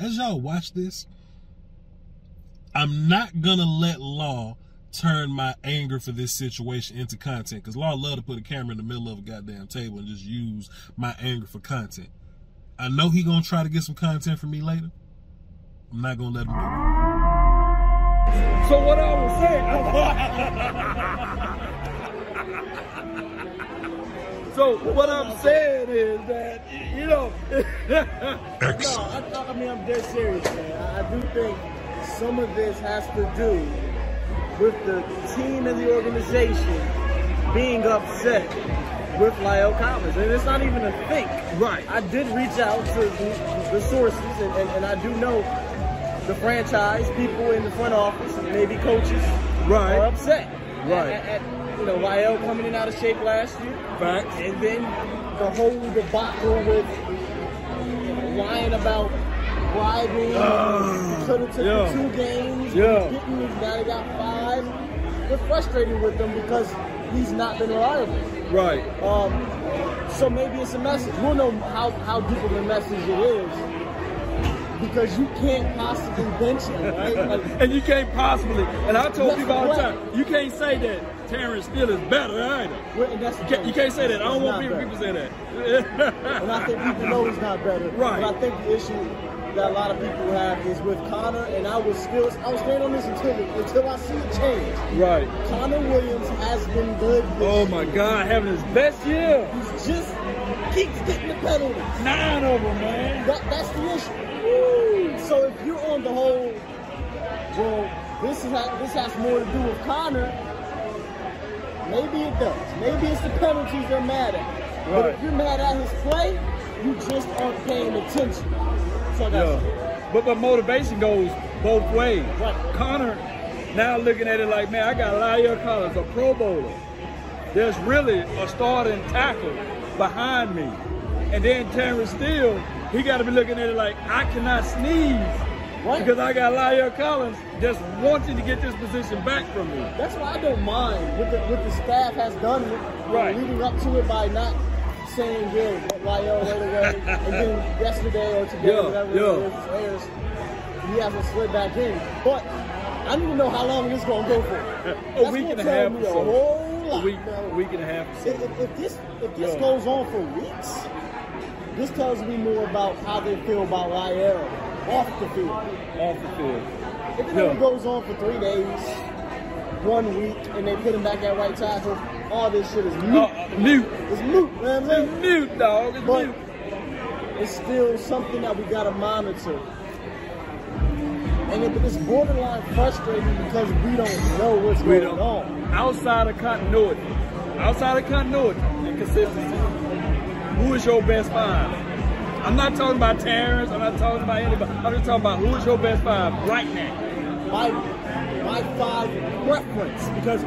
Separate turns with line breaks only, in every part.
as y'all watch this, I'm not gonna let Law turn my anger for this situation into content. Cause Law love to put a camera in the middle of a goddamn table and just use my anger for content. I know he gonna try to get some content from me later. I'm not gonna let him do it.
So what I was saying, so what I'm saying is that you know,
X.
No, I, I- I mean, I'm dead serious, man. I- I do think some of this has to do with the team and the organization being upset with Lyle Collins. And it's not even a think.
Right.
I did reach out to the, the sources, and, and, and I do know the franchise, people in the front office, and maybe coaches
Right.
are upset.
Right.
At, at- at, you know, Lyle coming in out of shape last year.
facts.
And then the whole debacle with lying about bribing,
Ah,
could have took
yeah.
the two games,
Yeah.
getting these now they got five. We're frustrated with him because he's not been reliable.
Right.
Um, so maybe it's a message. We'll know how, how deep of a message it is because you can't possibly bench him, right? Like,
and you can't possibly. And I told
That's
people all the
right.
time, you can't say that Terrence Steele is better either.
we're- and that's the
You can't, you
thing.
can't say that. I don't
He's
want
not
people,
better.
people saying that.
And I think people know he's not better.
Right.
But I think the issue that a lot of people have is with Connor, and I was still, I was staying on this until, until I see it change.
right.
Connor Williams has been good. This
Oh
year.
my God, having his best year.
He's just keeps getting the penalties.
Nine of them, man.
That, that's the issue. So if you're on the whole, well, this is how, this has more to do with Connor. Maybe it does. Maybe it's the penalties they're mad at. But
Right.
if you're mad at his play, you just aren't paying attention. So that's
Yeah. But but motivation goes both ways.
Right.
Connor now looking at it like, man, I got Lyle Collins, a Pro Bowler. There's really a starting tackle behind me. And then Terrence Steele, he got to be looking at it like, I cannot sneeze
Right.
because I got Lyle Collins just wanting to get this position back from me.
That's why I don't mind what the, what the staff has done with-
Right.
leading up to it by not saying, yeah, let Lyle right away. and then yesterday or today,
Yeah,
whatever
yeah.
it is, airs, he hasn't slid back in. But I need to know how long this is going to go for.
A
That's
week
gonna
and a
tell
half
me
or
a
so.
whole lot,
A week,
bro.
a week and a half. or so.
If, if- if this, if this
Yeah.
goes on for weeks, this tells me more about how they feel about Lyle off the field.
Off the field.
If it
Yeah.
only goes on for three days, one week, and they put him back at right tackle, all this shit is
Uh,
moot.
uh, mute.
It's moot, you know what I'm saying?
Mute, dog. It's
But
mute.
it's still something that we gotta monitor. And it, it's borderline frustrating because we don't know what's
We
going
don't.
on.
Outside of continuity, outside of continuity and consistency, who is your best five? I'm not talking about Terrence. I'm not talking about anybody. I'm just talking about who is your best five right now.
My my five preference, because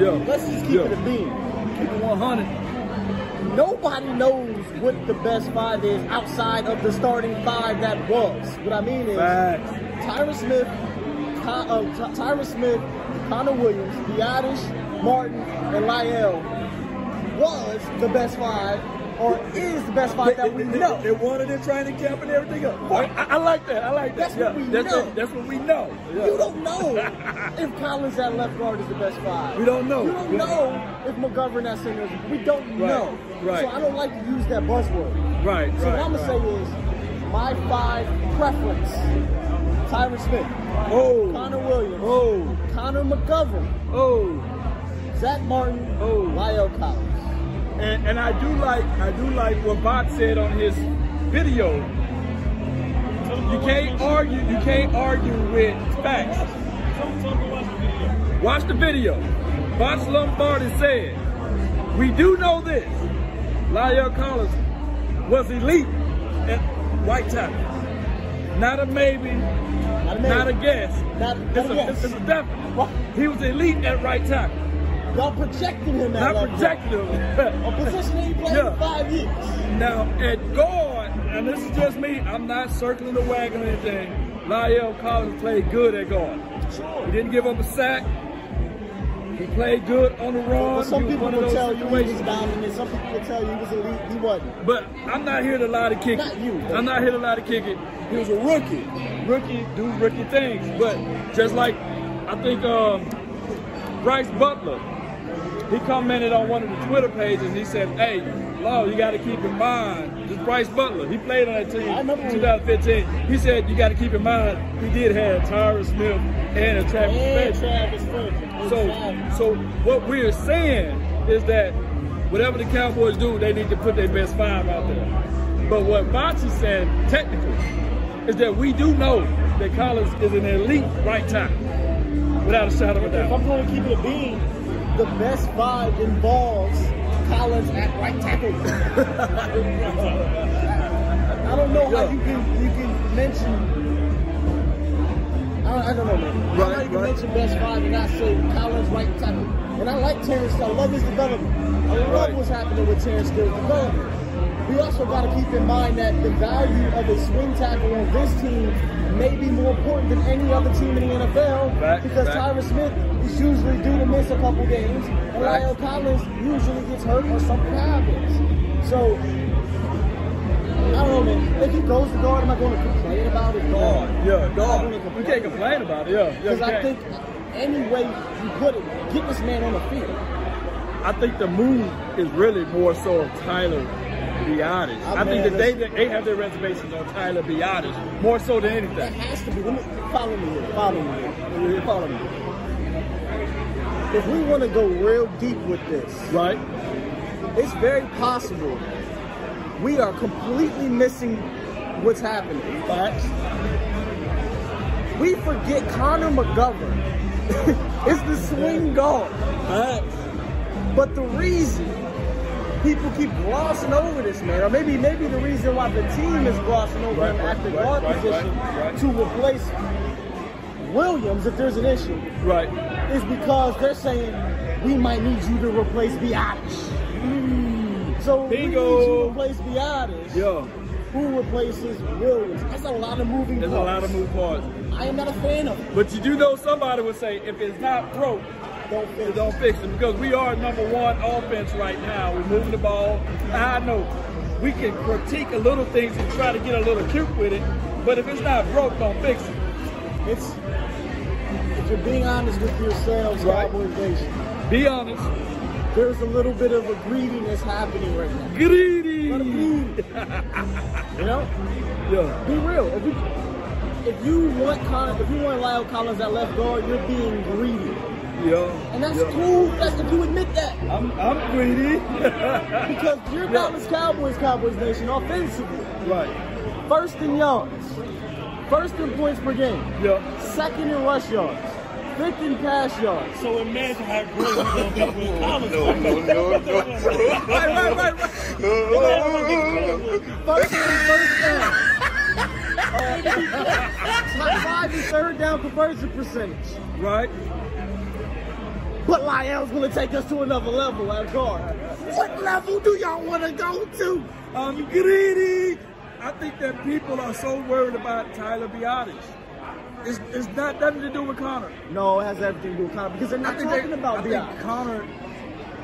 Yo,
let's just keep it a beam.
keep it 100.
Nobody knows what the best five is outside of the starting five that was. What I mean is
Facts.
Tyra Smith, Con- uh, Ty- Tyra Smith, Connor Williams, Biotis, Martin, and Lyle was the best five, or is the best five that we know.
They wanted it trying to cap and everything up. I, I- I like that. I like
That's
that.
what
Yeah,
we
that's
know.
What, that's what we know. Yeah.
You don't know if Collins at left guard is the best five.
We don't know.
You don't know if McGovern at center. is- We don't
Right,
know.
right.
So I don't like to use that buzzword.
Right,
So what
right.
I'm
right.
gonna say is my five preference: Tyron Smith,
oh,
Connor Williams,
oh,
Connor McGovern,
oh.
Zach Martin,
Oh.
Lyle Collins.
And, and I do like I do like what Bob said on his video. You can't argue you can't argue with facts. Watch the video. Bob Lombardi said, "We do know this. Lyle Collins was elite at white tackle. Not a maybe,
Not a,
not a
man.
guess.
Not, not
It's
a
a, it's
guess.
a definite. He was elite at right tackle.
Y'all projecting him at
Not
left
projected him.
guard. A position that he played
Yeah.
for five years.
Now at guard, and this is just me, I'm not circling the wagon or anything. Lyle Collins played good at guard. He
Sure.
didn't give up a sack. He played good on the run.
But some
He was
people
one of
will
those
tell you he was
situations.
dominant. Some people will tell you he was elite. He wasn't.
But I'm not here to lie to kick
Not
it.
you.
I'm not here to lie to kick it. He was a rookie. Rookie do rookie things. But just like I think um, Bryce Butler, he commented on one of the Twitter pages. He said, "Hey, Law, you got to keep in mind this Bryce Butler. He played on that team
I remember when-
2015. He said you got to keep in mind he did have Tyra Smith and a Travis
And
Fetch.
Travis Fulton.
So, so what we're saying is that whatever the Cowboys do, they need to put their best five out there. But what Monty said, technically, is that we do know that Collins is an elite right tackle, without a shadow of a
If I'm
doubt.
going to keep it a bean, the best five involves Collins at right tackle. I don't know how you can you can mention. I don't, I don't know, man.
Right,
how you can
right.
mention best five and not say Collins right tackle? And I like Terrence. I love his development. I love
Right.
what's happening with Terrence Steele's development. We also got to keep in mind that the value of a swing tackle on this team may be more important than any other team in the NFL
Fact,
because
fact.
Tyron Smith is usually due to miss a couple games, and
Right.
Lyle Collins usually gets hurt or something happens. So I don't know, man. If he goes to guard, am I going to complain about it?
God, yeah,
I'm not
God.
gonna
We can't complain about it. Yeah, yeah. we
Because I
can't.
think any way you put it, get this man on the field.
I think the move is really more so of Tyler Biotis.
Oh,
I think
man,
that they they have their reservations on Tyler Biotis more so than
That
anything.
has to be. Let me, follow me here. Follow me here. Follow me. If we want to go real deep with this,
Right.
it's very possible we are completely missing what's happening.
Facts.
We forget Connor McGovern is the swing guard. But the reason people keep glossing over this man, or maybe maybe the reason why the team is glossing over
Right,
him
right,
at the
right,
guard
right,
position
right, right.
to replace Williams if there's an issue,
Right.
is because they're saying we might need you to replace Biotis. So if we need you
Bingo.
to replace Biotis.
Yeah.
Who replaces Williams? That's a lot of moving
There's a
parts.
lot of moving parts.
I am not a fan of it.
But you do know somebody would say, if it's not broke,
Don't fix
then
it.
don't fix it. Because we are number one offense right now. We're moving the ball. I know we can critique a little things and try to get a little cute with it. But if it's not broke, don't fix it.
It's if you're being honest with yourselves,
Right.
Cowboy Nation,
Be honest.
there's a little bit of a greediness happening right now.
Greedy.
Let 'em be. you know,
Yeah.
be real. If you, if you want Con, if you want Lyle Collins at left guard, you're being greedy,
Yeah.
and that's
yeah.
cool. That's if you admit that
I'm, I'm greedy.
because you're Dallas Cowboys, Cowboys Nation, offensively,
right.
first in yards, first in points per game,
Yeah.
second in rush yards, fifth in pass yards.
So imagine how great we're gonna be with Collins. No, no,
Right, right, right, right.
First and first down. Top five and third down conversion percentage.
Right.
But Lyle's gonna take us to another level at guard. What level do y'all wanna go to?
I'm greedy. I think that people are so worried about Tyler Biotis. It's, it's not nothing to do with Connor.
No, it has everything to do with Connor because they're
I
not
think
talking
they, I
about
think
Deion.
Connor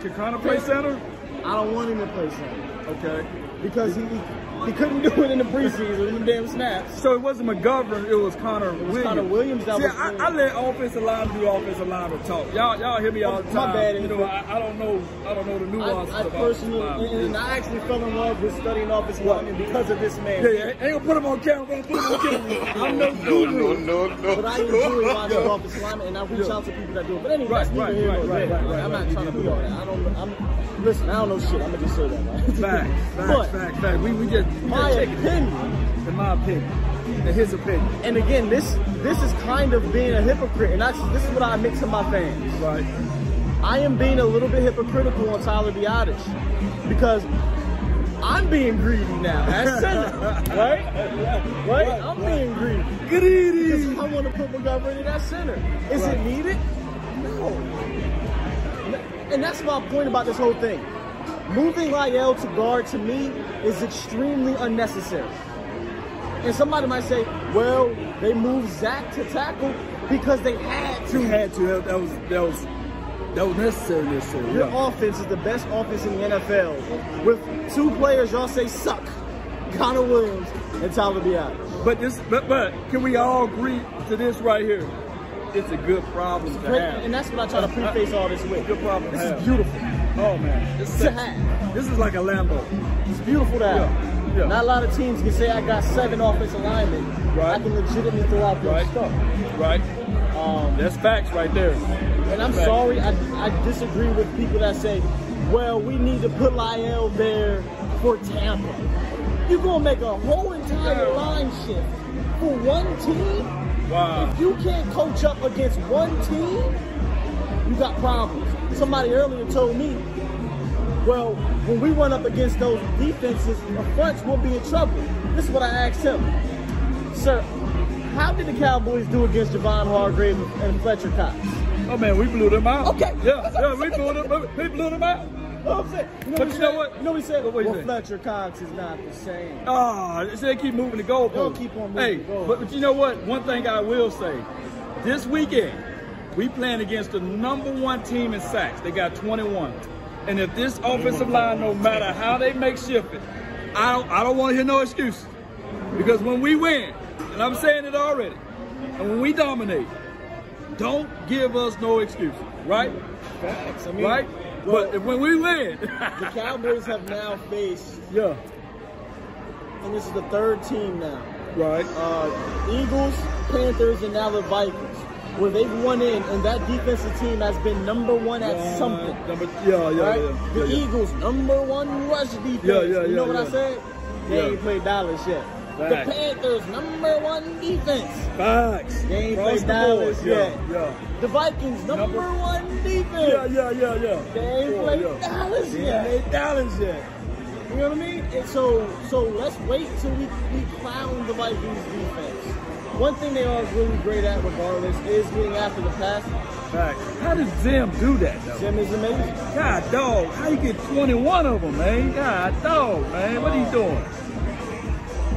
can Connor play center.
I don't want him to play center
Okay.
because he he couldn't do it in the preseason in the damn snaps.
So it wasn't McGovern. It was Connor Williams.
Connor Williams that
See,
was
I,
in.
I let offensive line do offensive line of talk. Y'all, y'all hear me all the
My
time.
bad,
You know, I, I don't know. I don't know the
I,
nuances
I
of
personally and,
offensive line.
and I actually fell in love with studying offensive linemen because of this man.
Yeah, yeah. Ain't gonna put him on camera. Gonna put him on camera. I'm no guru.
no, no.
But I enjoy watching office linemen, and I reach out to people that do it. But anyway,
Right,
that's neither
right,
here nor
right,
there.
right, right,
Like, I'm
right.
not trying to be all that. I don't. I'm listen. I don't know shit. I'm gonna just say that. Right?
Facts,
but
facts, facts, facts. We, we just, we
my
just check it.
opinion,
In my opinion, in his opinion,
and again, this this is kind of being a hypocrite, and I, this is what I admit to my fans.
right?
I am being a little bit hypocritical on Tyler Biotis because I'm being greedy now. That's center, right? Right? I'm being greedy. Because
Greedy.
I want to put McGovern in that center. Is
Right.
it needed? No. And that's my point about this whole thing. Moving Lyell to guard to me is extremely unnecessary. And somebody might say, well, they moved Zach to tackle because they had to.
Had to. That was that was That was necessary, necessary.
Your
yeah.
offense is the best offense in the NFL with two players y'all say suck. Connor Williams and Tyler Biadasz.
But this, but, but can we all agree to this right here? It's a good problem to
Great-
have.
And that's what I try to preface all this with.
good problem.
This
to
is
have.
beautiful.
Oh man, this is
To
sexy.
have.
This is like a Lambo.
It's beautiful to have.
Yeah, yeah.
Not a lot of teams can say I got seven offensive linemen. I
Right.
can legitimately throw out their
Right.
stuff.
Right.
Um,
That's facts right there.
and I'm
Facts.
sorry, I, I disagree with people that say, well, we need to put Lyle there for Tampa. You're going to make a whole entire
Yeah.
line shift for one team?
Wow.
If you can't coach up against one team, you got problems. Somebody earlier told me, well, when we run up against those defenses, the fronts will be in trouble. This is what I asked him. Sir, how did the Cowboys do against Javon Hargrave and Fletcher Cox? You
Oh man, we blew them out.
Okay.
Yeah, yeah, we blew them. We blew them out.
know what I'm saying? You know
But
he
you know
said?
what?
You know what he said?
But what he
well,
said?
Fletcher Cox is not the same.
Ah, so they keep moving the goalpost.
They'll keep on moving
Hey,
the goalpost.
but, but you know what? One thing I will say, this weekend we playing against the number one team in sacks. They got 21, and if this offensive line, no matter how they make shift it, I don't, I don't want to hear no excuses because when we win, and I'm saying it already, and when we dominate, don't give us no excuses, right?
Facts. I mean,
Right?
well,
but if, when we win,
the Cowboys have now faced,
yeah,
and this is the third team now.
right.
uh, Eagles, Panthers, and now the Vikings, where they've won in, and that defensive team has been number one at
Uh,
something.
number- yeah, yeah,
right?
yeah, yeah,
the
yeah.
Eagles, number one rush defense.
Yeah, yeah,
you know
yeah,
what I
yeah.
said? They
Yeah.
ain't played Dallas yet.
Facts.
The Panthers, number one defense.
Facts.
They ain't
Across
played
the
Dallas
board.
yet.
Yeah,
The Vikings, number,
Number-
one
yeah, yeah,
defense.
yeah, yeah. yeah.
They ain't
Yeah,
played
yeah.
Dallas
They
yet.
ain't played Dallas yet.
You know what I mean? And so, so let's wait till we, we clown the Vikings defense. One thing they are really great at, regardless, is getting after the pass.
Facts. How did Zim do that though?
Jim is amazing.
God dog, how you get 21 of them, man? God dog, man, what are you doing?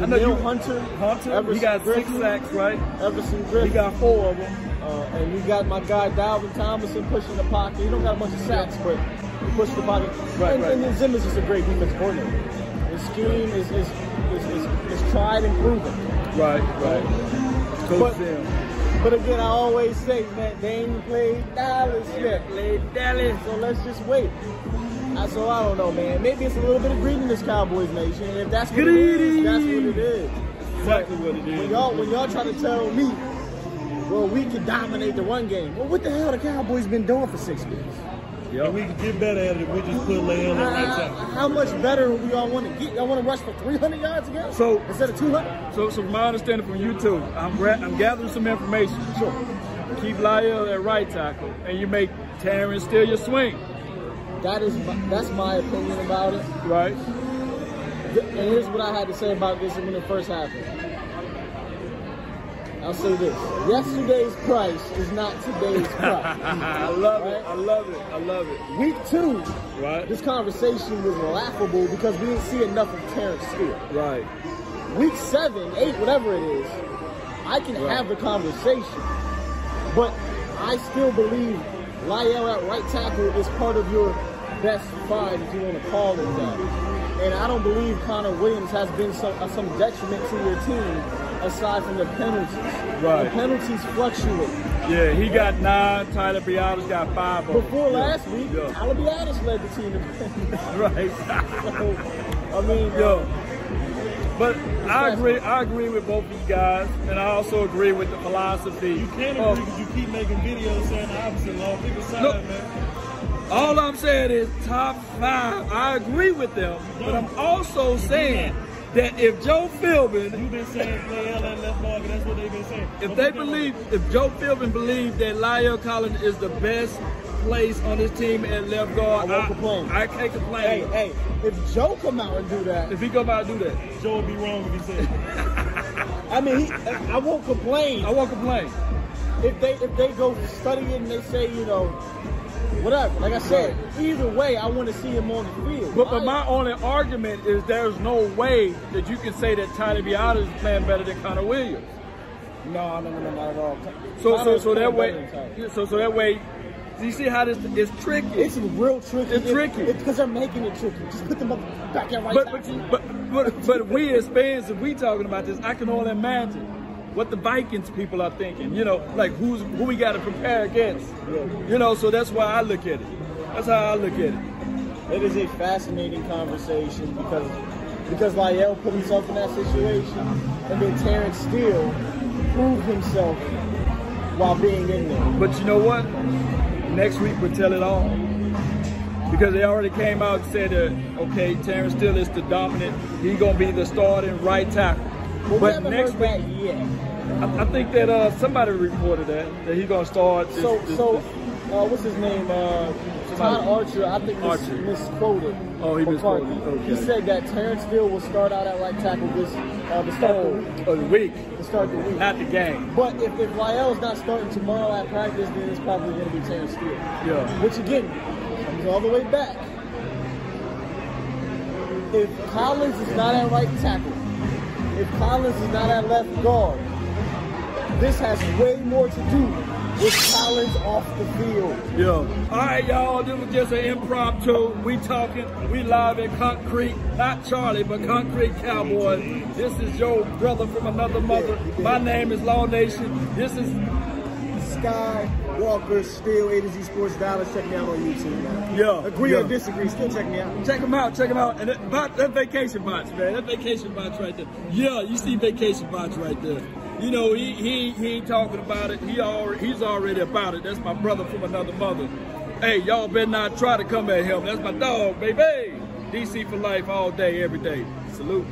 I know
Daniel
you-
Hunter,
Hunter,
Everson
he got six
Griffin,
sacks, right?
Everson
He
Griffin,
got four of them.
uh, and you got my guy Dalvin Thomason pushing the pocket. He don't got a bunch of sacks, but he pushes the pocket.
Right,
and,
right.
and then Zim is just a great defense coordinator. His scheme is is, is, is, is tried and proven.
Right, right. Coach
But-
Zim.
But again, I always say, man, they ain't played Dallas yet.
Played Dallas.
So let's just wait. I, so I don't know, man. Maybe it's a little bit of greediness, Cowboys Nation. And if that's what it is, that's what it is.
Exactly what it
When
is.
y'all when y'all try to tell me, well, we can dominate the one game. Well, what the hell the Cowboys been doing for six weeks?
If we could get better at it, we just put Leon on right
How,
tackle.
how much better do y'all want to get? Y'all want to rush for 300 yards again?
So-
instead of 200?
So, so from my understanding from you two, I'm, gra- I'm gathering some information. Sure. Keep Lyle at right tackle, and you make Terrence steal your swing,
That is my, that's my opinion about it.
right?
Th- And here's what I had to say about this when it first happened. I'll say this: yesterday's price is not today's price.
I love it. I love it. I love it.
Week two,
Right.
this conversation was laughable because we didn't see enough of Terrence Steele.
Right.
week seven, eight, whatever it is, I can
Right.
have the conversation. But I still believe Lyle at right tackle is part of your best five, if you want to call it that. And I don't believe Connor Williams has been some, uh, some detriment to your team aside from the penalties.
Right.
The penalties fluctuate.
Yeah, he got nine. Tyler Biada's got five. of them.
Before
Yeah.
last week,
Yeah.
Tyler Biadasz led the team in penalties.
Right.
So, I mean,
Yo. But I agree. I agree with both of you guys, and I also agree with the philosophy.
You can't
of-
agree because you keep making videos saying the opposite law. Pick a side,
Look.
man.
All I'm saying is top five. I agree with them, but I'm also saying that if Joe Philbin,
You've been saying play L and left market. That's what they've been saying.
if
But
they
look at them.
believe, if Joe Philbin believed that Lyle Collins is the best place on his team at left guard,
I won't complain.
I can't complain.
hey, hey, if Joe come out and do that,
If he go out and do that,
Joe would be wrong if he said it.
I mean, he, I I won't complain.
I won't complain.
if they if they go study it and they say you know whatever like i said either way i want to see him on the field
But, but my only argument is there's no way that you can say that Tyler Biada is playing better than Connor Williams.
no no no no not at all
So so
Connor's
so that
playing
way,
better than Tyler.
so so that way, Do you see how this is tricky?
It's real tricky.
It's tricky.
It's because they're making it tricky. Just put them up back in right
but,
back.
but, but, but, but we as fans, if we talking about this, I can only imagine what the Vikings people are thinking. You know, like who's who we got to compare against. You know, so that's why I look at it. That's how I look at it.
It is a fascinating conversation because because Lyell put himself in that situation, and then Terrence Steele proved himself while being in there.
But you know what? Next week we'll tell it all. Because they already came out and said that, okay, Terrence Steele is the dominant. He's going to be the starting right tackle.
But we
But
haven't
next
heard that
week,
yet.
I, I think that uh, somebody reported that, that he's going to start. this-
So-
this-
so-
this-
Uh, what's his name? Uh, Todd Archer. I think mis-
Archer.
misquoted.
Oh, he
McCarthy.
misquoted.
He
Okay.
said that Terrence Steele will start out at right tackle this uh, the start the,
oh, the week,
the start the week.
not the game.
But if, if Lyell's not starting tomorrow at practice, then it's probably going to be Terrence Steele.
Yeah.
Which again comes all the way back. If Collins is not at right tackle, if Collins is not at left guard, this has way more to do with Collins off the field.
Yeah. All right, y'all. This was just an impromptu. We talking. We live at Concrete, not Charlie, but Concrete Cowboys. This is your brother from another mother. My name is Law Nation. This is
Sky Walker, still A to Z Sports Dallas. Check me out on YouTube, man.
Yeah,
Agree
yeah.
or disagree, still check me out.
Check them out, check them out. And that, bot, that vacation box, man, that vacation box right there. Yeah, you see vacation box right there. You know, he he he ain't talking about it. He already he's already about it. That's my brother from another mother. Hey, y'all better not try to come at him. That's my dog, baby. DC for life all day, every day. Salute.